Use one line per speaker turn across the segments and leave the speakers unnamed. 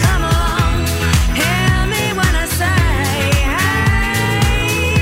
come along. Hear me when I say, hey.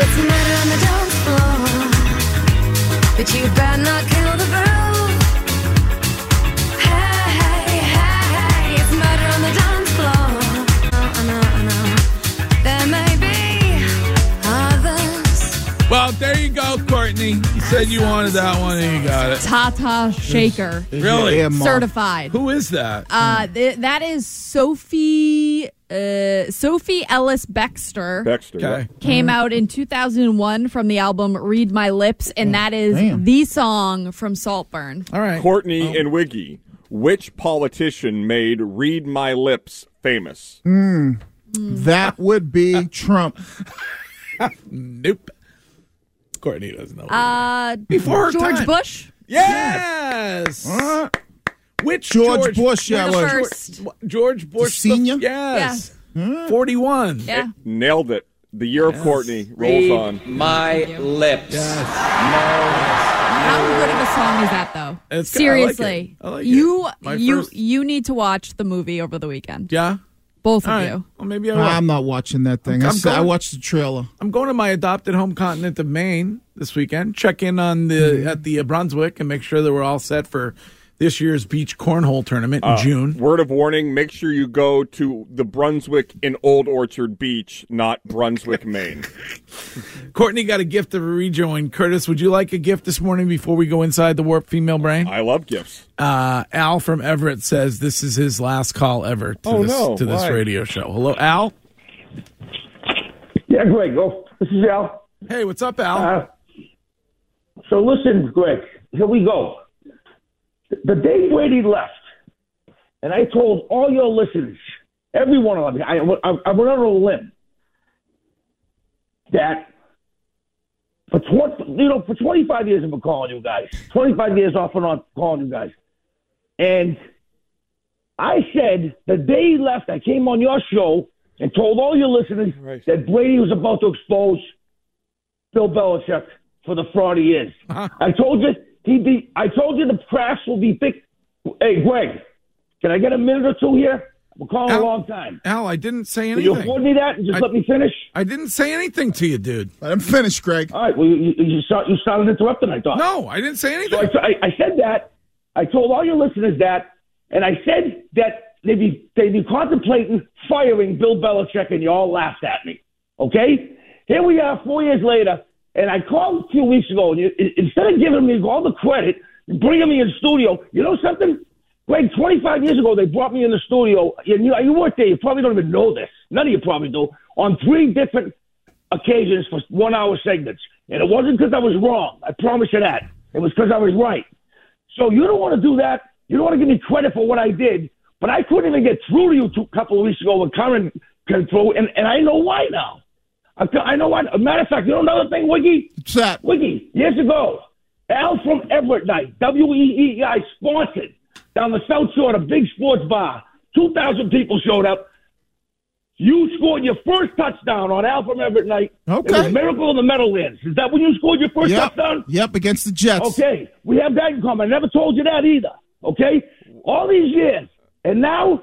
It's a murder on the dance floor, but you better not kill the groove. Hey, hey, hey, it's murder on the dance floor. I know, I know. There may be others.
Well, there you go, Courtney. You said you wanted that one and you got it.
Tata Shaker
Really?
certified.
Who is that?
Uh, th- that is Sophie uh, Sophie Ellis Bextor
Dexter.
Okay.
came out in 2001 from the album Read My Lips, and
Oh,
that is the song from Saltburn.
All right.
Courtney and Wiggy. Which politician made "Read My Lips" famous?
That would be Trump.
Nope. Courtney doesn't know.
Uh,
Before her
George
time.
Bush.
yes.
Uh,
Which
George Bush,
You're
yeah,
the
was-
first.
George Bush the-
senior?
yes. Forty-one.
Yeah.
Nailed it. The year of Courtney rolls on.
my lips.
How good of a song is that, though?
It's good. I like it.
Seriously,
I like it.
you
My
you
first-
you need to watch the movie over the weekend.
Yeah.
Both
All
of
right.
you.
Well, maybe I will.
I'm not watching that thing. I,
I'm
said- I
going-
watched the trailer.
I'm going to my adopted home continent of Maine this weekend. Check in on the
Hmm.
at the uh, Brunswick and make sure that we're all set for this year's beach cornhole tournament
Uh,
in June.
Word of warning: Make sure you go to the Brunswick in Old Orchard Beach, not Brunswick, Maine.
Courtney got a gift to rejoin. Curtis, would you like a gift this morning before we go inside the warp female brain?
I love gifts.
Uh, Al from Everett says this is his last call ever to
Oh,
this,
no.
to this
Why?
radio show. Hello, Al.
Yeah, Greg, go. This is Al.
Hey, what's up, Al?
Uh, so listen, Greg, here we go. The day Brady left, and I told all your listeners, every one of them, I, I, I went on a limb that for 20, you know, for 25 years I've been calling you guys, 25 years off and on calling you guys. And I said the day he left, I came on your show and told all your listeners
Right.
that Brady was about to expose Bill Belichick for the fraud he is.
Uh-huh.
I told you he'd be. I told you the press will be big. Hey, Greg, can I get a minute or two here? I've been calling
Al-
a long time.
Al, I didn't say
Will you afford
anything.
me that and just
I-
let me finish?
I didn't say anything to you, dude.
Let him finish, Greg.
All right. Well, you, you, you, start, you started interrupting. I thought.
No, I didn't say
So I,
anything.
I, I said that. I told all your listeners that, and I said that they'd be they'd be contemplating firing Bill Belichick, and you all laughed at me. Okay, here we are, four years later, and I called a few weeks ago, and you, i- instead of giving me all the credit, bringing me in the studio, you know something? Greg, 25 years ago, they brought me in the studio. And you, you weren't there. You probably don't even know this. None of you probably do. On three different occasions for one hour segments. And it wasn't because I was wrong. I promise you that. It was because I was right. So you don't want to do that. You don't want to give me credit for what I did. But I couldn't even get through to you two, a couple of weeks ago when Karen came through. And, and I know why now. I, I know why. A matter of fact, you know another thing, Wiggy?
What's that?
Wiggy, years ago, Al from Everett Night, WEEI E sponsored down the South Shore at a big sports bar. 2,000 people showed up. You scored your first touchdown on Al from Everett Night. It
Okay.
was Miracle in the Meadowlands. Is that when you scored your first
Yep.
touchdown?
Yep, against the Jets.
Okay, we have that in common. I never told you that either. Okay, all these years, and now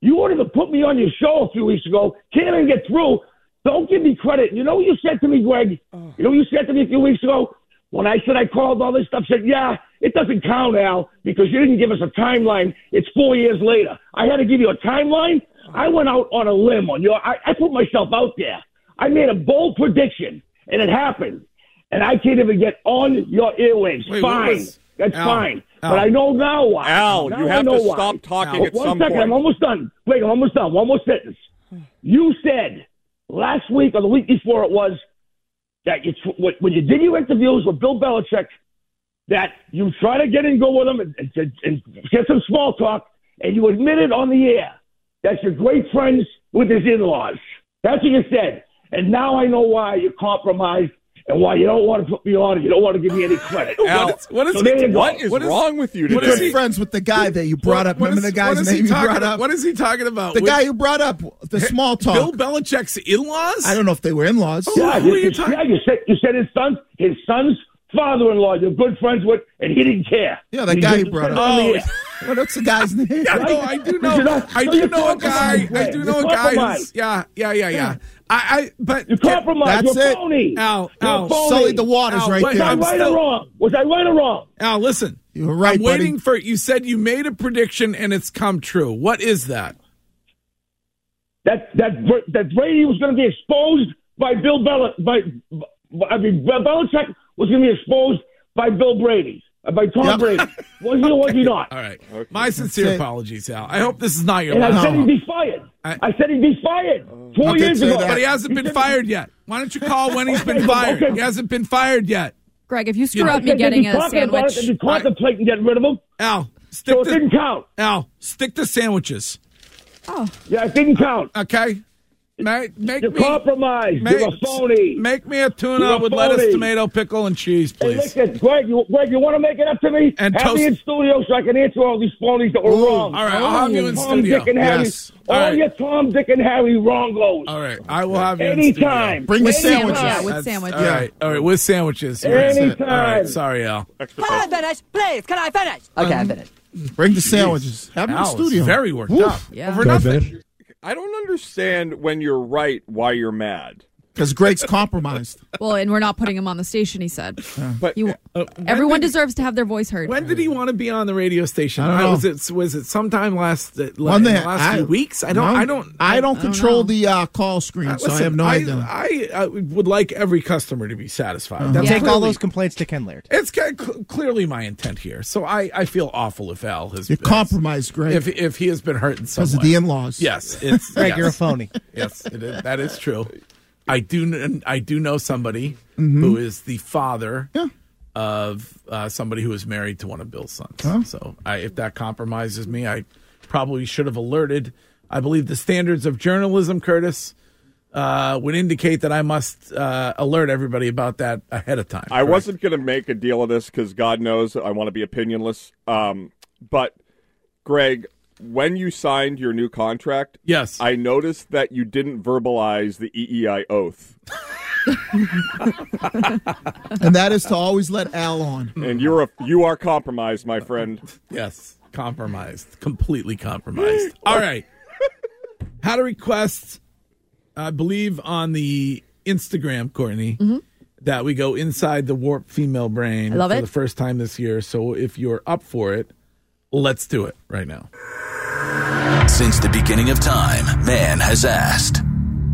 You wouldn't even put me on your show a few weeks ago. Can't even get through. Don't give me credit. You know what you said to me, Greg? You know what you said to me a few weeks ago? When I said I called all this stuff, said, yeah, it doesn't count, Al, because you didn't give us a timeline. It's four years later. I had to give you a timeline. I went out on a limb on your, I, I put myself out there. I made a bold prediction, and it happened. And I can't even get on your earwaves.
Wait, what
fine.
was-
That's
Al,
fine.
Al.
But I know now why.
Al,
Now
you
I
have
know
to
why.
stop talking
Al.
at
One
some
second,
point.
I'm almost done. Wait, I'm almost done. One more sentence. You said last week or the week before it was that you tr- when- when you did your interviews with Bill Belichick, that you try to get in go with him and, and, and get some small talk, and you admitted on the air that you're great friends with his in-laws. That's what you said. And now I know why you compromised and why you don't want to put me on. and You don't want to give me any credit.
Al,
What is, what is
So
he-
there you go.
what is
What is-
wrong with you today?
what
Good
is he-
friends with the guy that you brought up.
what
Remember
is-
the guy's
what is
name
he
you
talking,
brought up?
What is he talking about?
the
Which-
guy who brought up the small talk.
Bill Oh, Belichick's in-laws?
I don't know if they were in-laws.
Yeah,
Who
you,
are you
you-
talking-
yeah, you said you said his son's his son's father-in-law. You're good friends with, and he didn't care.
Yeah, that
You
guy
just
you brought
said
up.
on the
Oh.
air.
Well, that's the guy's name.
No, I do know. I do know a guy. I do know a guy. who's- Yeah, yeah, yeah, yeah. I, I but
You compromised.
That's
You're
it.
phony.
Ow,
You're
ow.
phony.
Sullied the waters
Al,
right
but
Was I
there.
I'm
right
still-
or wrong? Was I right or wrong?
Al, listen.
You were right,
I'm waiting
buddy.
for you said you made a prediction and it's come true. What is that?
That that Br- that Brady was going to be exposed by Bill Bel by, by I mean Bel- Belichick was going to be exposed by Bill Brady uh, by Tom
Yep.
Brady. Was he or was he not?
All right. My sincere
it.
apologies, Al. I hope this is not your
And I
last.
said
No.
he'd be fired.
I-
I, said he'd be fired four
I did
years
say
ago.
that.
But he hasn't been
said-
fired yet. Why don't you call when he's been
Okay,
fired?
okay.
He hasn't been fired yet.
Greg, if you screw
You
up
I
me
said they'd
getting
be
a
talking about it,
sandwich,
they'd be contemplating getting rid of him,
Al, stick
so it
to
didn't count.
Al, stick to sandwiches.
Yeah, it didn't count.
Okay? Make, make
You're
me
compromised.
make,
You're a phony.
make me a tuna
You're a
with lettuce,
phony.
tomato, pickle, and cheese,
Hey,
please.
listen, Greg, you, Greg, you want to make it up to me?
And
have
toast-
me in studio so I can answer all these phonies that were wrong.
all right, I'll have you in
Tom,
studio.
Dick, and Harry.
Yes.
All,
All right.
your Tom, Dick, and Harry wrongos.
All right. I will have you in studio.
Anytime.
Bring the
Anytime.
sandwiches.
Yeah, with
That's-
sandwiches.
All right, all right, with sandwiches. You're right.
Anytime.
All right, sorry, Al.
Can I finish? Please, can I finish? Okay, I'm finished.
Bring the sandwiches. Have them in
Al
the
is
studio.
very worked
Woof.
up.
Yeah.
Over nothing.
I don't understand when you're right why you're mad.
Because Greg's compromised.
well, and we're not putting him on the station. He said,
Uh,
But
You- uh, "Everyone deserves to have their voice heard."
When did he want to be on the radio station?
I don't know.
was it was it sometime last uh, la-
One
in
thing,
the last
I-
few weeks? I don't.
no,
I don't.
I don't
know.
control the uh, call screen,
Uh,
so I
listen,
have no idea. Uh-huh.
I, I would like every customer to be satisfied. That's
Take all
clearly-
complaints to Ken Laird.
It's ca- cl- clearly my intent here, so I, I feel awful if Al has
You're
been
compromised, Greg,
if if he has been hurt in some
because of
way.
the in-laws.
yes, it's yes.
phony.
Yes, it is. that is true. I do. kn- I do know somebody who is the father
Mm-hmm. Yeah.
of uh, somebody who is married to one of Bill's sons.
Oh.
So, I, if that compromises me, I probably should have alerted. I believe the standards of journalism, Curtis, uh, would indicate that I must uh, alert everybody about that ahead of time.
I wasn't going to make a deal of this because God knows I want to be opinionless. Um, but, Greg, when you signed your new contract,
Yes.
I noticed that you didn't verbalize the EEI oath,
and that is to always let Al on.
and you're a, you are compromised, my friend.
Yes, compromised, completely compromised. All right, how to request? I believe on the Instagram, Courtney, that we go inside the warp female brain
Mm-hmm. I love
for
it.
the first time this year. So if you're up for it, let's do it right now.
Since the beginning of time, man has asked,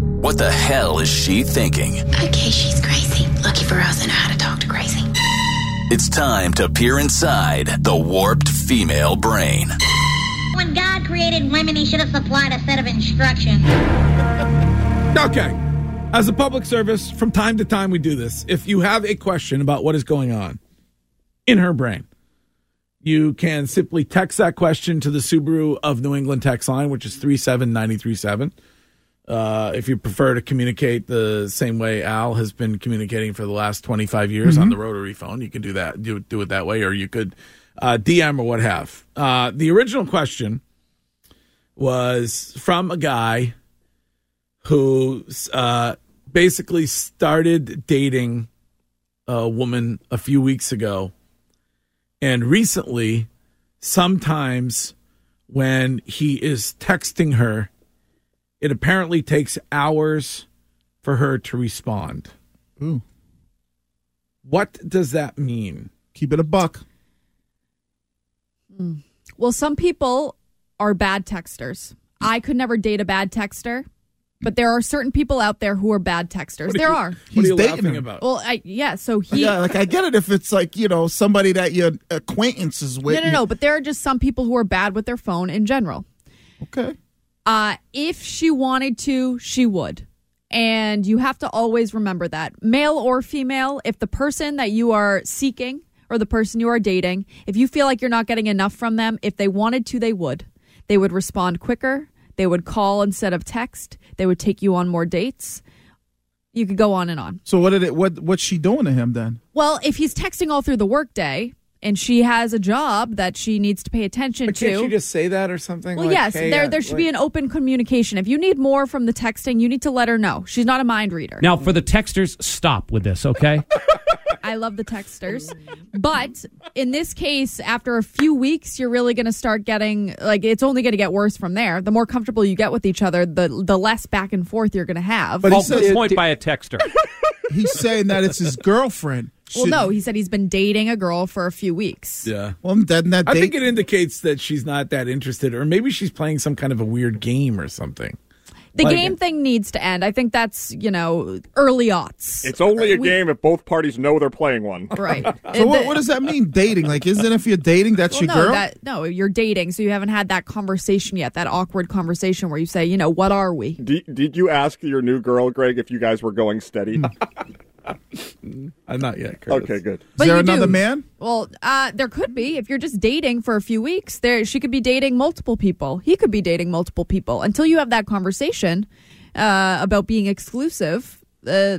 What the hell is she thinking?
Okay, she's crazy. Lucky for us, I know how to talk to crazy.
It's time to peer inside the warped female brain.
When God created women, he should have supplied a set of instructions.
Okay. As a public service, from time to time we do this. If you have a question about what is going on in her brain, you can simply text that question to the Subaru of New England text line, which is 37937. Uh, if you prefer to communicate the same way Al has been communicating for the last 25 years on the rotary phone, you can do that, do, do it that way, or you could uh, DM or what have. Uh, the original question was from a guy who uh, basically started dating a woman a few weeks ago. And recently, sometimes when he is texting her. It apparently takes hours for her to respond.
Ooh.
What does that mean?
Keep it a buck.
Well, some people are bad texters. I could never date a bad texter, but there are certain people out there who are bad texters.
What
There
you-
are.
What are you
He's dating
laughing
her.
about?
Well, I, yeah. So he.
yeah, like I get it if it's like, you know, somebody that your acquaintance is with.
no, no, no. But there are just some people who are bad with their phone in general.
Okay.
Uh, if she wanted to, she would. And you have to always remember that, male or female, if the person that you are seeking or the person you are dating, if you feel like you're not getting enough from them, if they wanted to, they would. They would respond quicker. They would call instead of text. They would take you on more dates. You could go on and on.
So what did it what what's she doing to him then?
Well, if he's texting all through the workday and she has a job that she needs to pay attention
But
to,
can't you just say that or something?
well,
Like,
yes,
hey,
there
uh,
there should
like-
be an open communication. If you need more from the texting, you need to let her know. She's not a mind reader.
Now, for the texters, stop with this, okay?
I love the texters, but in this case, after a few weeks, you're really going to start getting like it's only going to get worse from there. The more comfortable you get with each other, the the less back and forth you're going to have.
But he
Well,
says-
point by a texter.
He's saying that it's his girlfriend.
well,
Should-
no, he said he's been dating a girl for a few weeks.
Yeah.
Well, then that
I
date,
think it indicates that she's not that interested, or maybe she's playing some kind of a weird game or something.
The
Like-
game thing needs to end. I think that's you know early aughts.
It's only a
We-
game if both parties know they're playing one.
right?
So what, what does that mean? Dating? Like, isn't it if you're dating, that's
Well,
your
no,
girl?
That, no, you're dating, so you haven't had that conversation yet, that awkward conversation where you say, you know, what are we?
D- did you ask your new girl, Greg, if you guys were going steady?
I'm not yet. Curtis.
okay, good.
But
there
you
another man?
Well, uh, there could be if you're just dating for a few weeks. There, she could be dating multiple people. He could be dating multiple people. Until you have that conversation uh, about being exclusive, uh,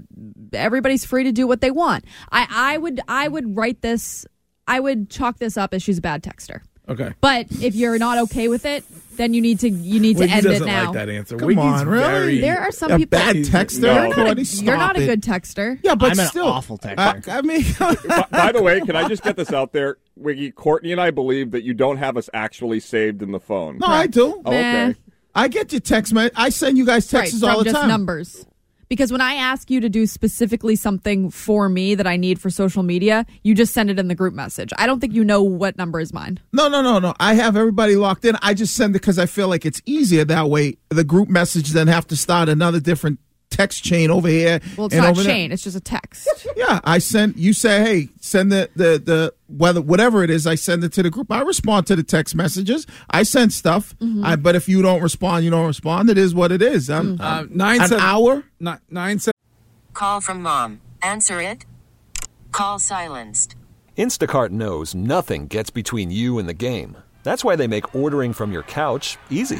everybody's free to do what they want. I, I would, I would write this. I would chalk this up as she's a bad texter.
Okay.
But if you're not okay with it, then you need to you need
Wiggy
to end it
doesn't
now.
like that answer.
Come
Wiggy's
on, really?
very-
there are some
a
people
bad texter.
No.
You're not,
Cody,
a, you're
stop
not a
it.
good texter.
Yeah, but
I'm an
still,
awful
I,
texter.
I mean,
By, by the way, can I just get this out there, Wiggy? Courtney and I believe that you don't have us actually saved in the phone.
no, I do.
Oh, okay.
I get your text, man. I send you guys
Right,
texts
from
all the
just
time.
numbers. Because when I ask you to do specifically something for me that I need for social media, you just send it in the group message. I don't think you know what number is mine.
No, no, no, no. I have everybody locked in. I just send it because I feel like it's easier that way. The group message then have to start another different text chain over here.
Well, it's
and
not
over there.
Shane. It's just a text.
Yeah, I send. You say, hey, send the the the whether whatever it is. I send it to the group. I respond to the text messages. I send stuff.
Mm-hmm.
I, but if you don't respond, you don't respond. It is what it is. I'm,
Uh,
Um, nine
an
seven-
hour.
Ni- nine seven.
Call from mom. Answer it. Call silenced.
Instacart knows nothing gets between you and the game. That's why they make ordering from your couch easy.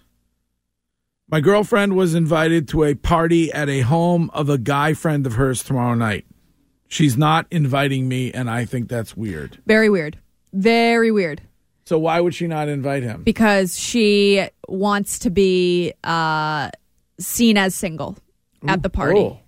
My girlfriend was invited to a party at a home of a guy friend of hers tomorrow night. She's not inviting me, and I think that's weird.
Very weird. Very weird.
So why would she not invite him?
Because she wants to be uh, seen as single at the party.
Oh,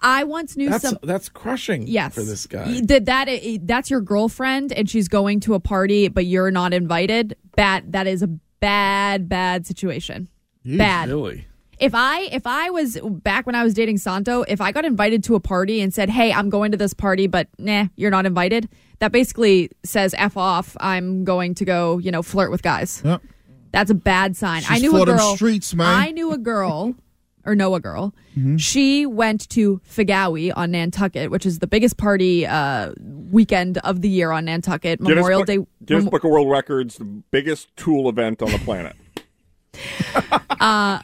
I once knew
that's
some.
that's crushing.
Yes.
for this guy.
Y- Did that eh, that's your girlfriend and she's going to a party but you're not invited. Bad that is a bad bad situation. bad.
Really?
If I if I was back when I was dating Santo, if I got invited to a party and said, "Hey, I'm going to this party, but nah, you're not invited." That basically says f off. I'm going to go, you know, flirt with guys.
Yep.
That's a bad sign. I
She's
knew a
for them
girl.
streets, man. Mm-hmm.
I knew a girl or Noah girl, she went to Figawi on Nantucket, which is the biggest party uh, weekend of the year on Nantucket.
Guinness
Memorial
Book-
Day.
Guinness
Mem-
Book of World Records, the biggest tool event on the planet.
uh,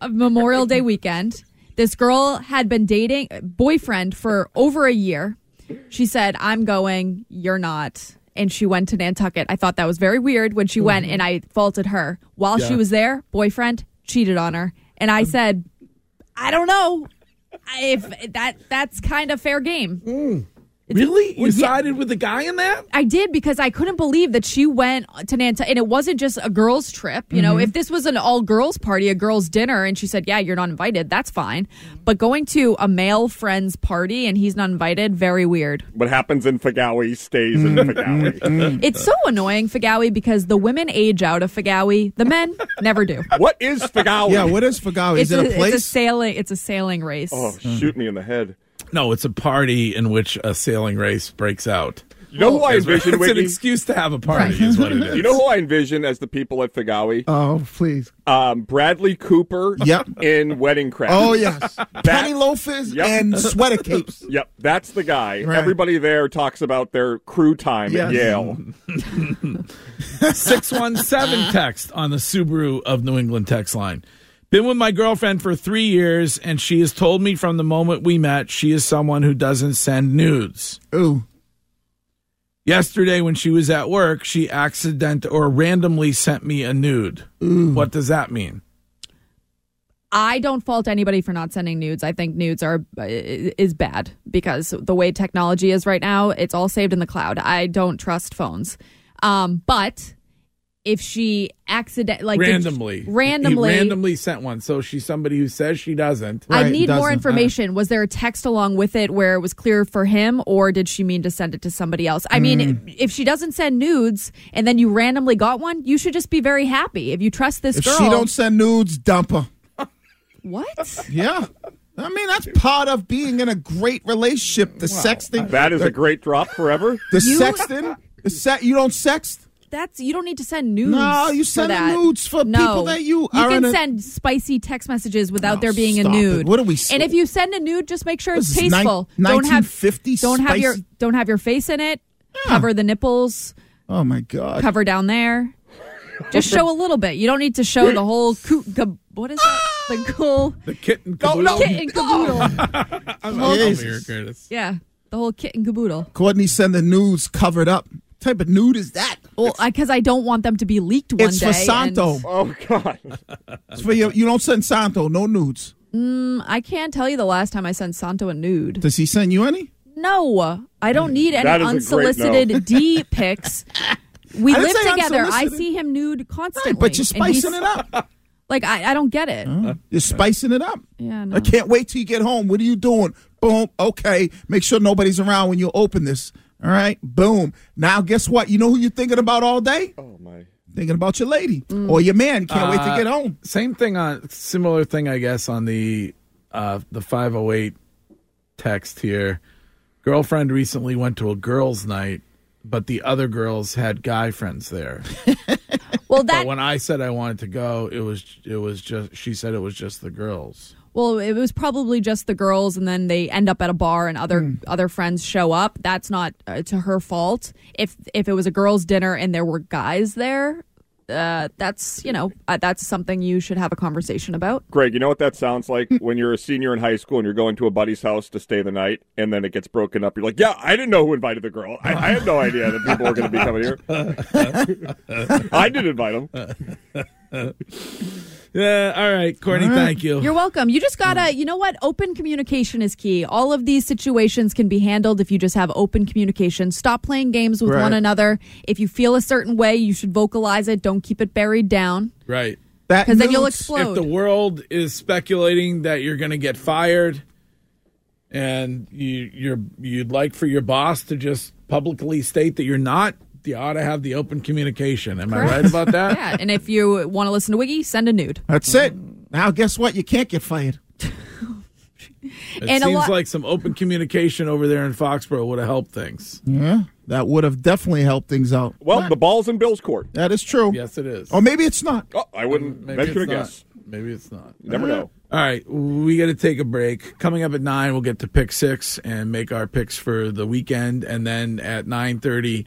of Memorial Day weekend. This girl had been dating boyfriend for over a year. She said, "I'm going, you're not." And she went to Nantucket. I thought that was very weird when she went, and I faulted her. While she
Yeah.
was there, boyfriend cheated on her, and I said, "I don't know if that that's kind of fair game."
Really? You
Yeah.
sided with the guy in that?
I did because I couldn't believe that she went to Nanta and it wasn't just a girls' trip. You know,
Mhm.
if this was an all girls party, a girls' dinner, and she said, Yeah, you're not invited, that's fine. But going to a male friend's party and he's not invited, very weird.
What happens in Fagawi stays in Fagawi.
It's so annoying, Fagawi, because the women age out of Fagawi. The men never do.
What is Fagawi?
Yeah, what Oh, is Fagawi?
it's It's a sailing it's a sailing race.
Oh, shoot me in the head.
No, it's a party in which a sailing race breaks out.
You know who I
It's-
envision,
It's an
Whitney?
excuse to have a party, is what it is.
You know who I envision as the people at Fagawi?
Oh, please.
Um, Bradley Cooper
Yep.
in Wedding Crashers.
Oh, yes. Penny loafers
Yep.
and sweater capes.
Yep, that's the guy.
Right.
Everybody there talks about their crew time at
Yes.
Yale.
617 text on the Subaru of New England text line. Been with my girlfriend for three years, and she has told me from the moment we met she is someone who doesn't send nudes.
Ooh.
Yesterday, when she was at work, she accident or randomly sent me a nude. What does that mean?
I don't fault anybody for not sending nudes. I think nudes are uh, is bad because the way technology is right now, it's all saved in the cloud. I don't trust phones. Um, but if she accident like did-
randomly,
randomly,
he randomly sent one. So she's somebody who says she doesn't.
I need more information. Was there a text along with it where it was clear for him, or did she mean to send it to somebody else? I mean,
Mm.
if she doesn't send nudes and then you randomly got one, you should just be very happy. If you trust this
If
girl,
she don't send nudes, dump her.
what?
Yeah. I mean, that's part of being in a great relationship. The sexting.
That is
the,
a great drop forever.
The sexting. The se- you don't sext?
That's you don't need to send nudes.
No, you
for
send
that.
nudes for
No.
people that you are
can
in a-
send spicy text messages without there being a
stop it.
nude.
What are we-
And if you send a nude, just make sure it's
This is nine-
tasteful. don't have
1950
Don't have your
spicy-
don't have your face in it. Cover the nipples.
Oh, my God.
Cover down there. Just show a little bit. You don't need to show the whole coo- gab- what is that?
Ah!
The cool
The kitten.
kit and caboodle.
I'm
Jesus.
here, Curtis.
yeah, the whole kit and caboodle.
Courtney send the nudes covered up. What type of nude is that?
Well, because I, don't want them to be leaked one
it's
day.
for Santo.
and-
Oh God!
It's for you. You don't send Santo no nudes.
Mm, I can't tell you the last time I sent Santo a nude.
Does he send you any?
No, I don't need any
That is a great no.
unsolicited D pics. We
I didn't
live
say
together. I
unsolicited.
see him nude constantly.
Right, but you're
and he's-
spicing it up.
Like I, I don't get it.
You're spicing it up.
Yeah,
I can't wait till you get home. What are you doing? Boom. Okay. Make sure nobody's around when you open this. All right. Boom. Now, guess what? You know who you're thinking about all day?
Oh my.
Thinking about your lady
Mm.
or your man. Can't wait to
Uh,
get home.
Same thing on similar thing, I guess, on the uh, the five oh eight text here. Girlfriend recently went to a girls' night, but the other girls had guy friends there.
Well,
that but when I said I wanted to go, it was it was just she said it was just the girls.
Well, it was probably just the girls, and then they end up at a bar, and other
Hmm.
other friends show up. That's not uh, to her fault. If if it was a girls' dinner and there were guys there, uh, that's you know uh, that's something you should have a conversation about.
Greg, you know what that sounds like when you're a senior in high school and you're going to a buddy's house to stay the night, and then it gets broken up. You're like, "Yeah, I didn't know who invited the girl. I, I had no idea that people were going to be coming here. I did invite them."
Yeah, all right, Courtney, thank you.
You're welcome. You just
Mm.
gotta, you know what? Open communication is key. All of these situations can be handled if you just have open communication. Stop playing games with
Right.
one another. If you feel a certain way, you should vocalize it. Don't keep it buried down.
Right.
'Cause then you'll explode.
If the world is speculating that you're going to get fired and you you're you'd like for your boss to just publicly state that you're not, you ought to have the open communication. Am I right about that?
yeah. And if you want to listen to Wiggy, send a nude.
That's it.
Mm.
Now, guess what? You can't get fired.
It
And a
seems
lot-
like some open communication over there in Foxborough would have helped things.
Yeah. That would have definitely helped things out.
Well, the ball's in Bill's court.
That is true.
Yes, it is.
Or maybe it's not.
Oh, I wouldn't
Maybe
venture
it's
to
not.
guess.
Maybe it's not.
You never
Uh,
know.
All right, we got to take a break. Coming up at nine, we'll get to pick six and make our picks for the weekend, and then at nine thirty,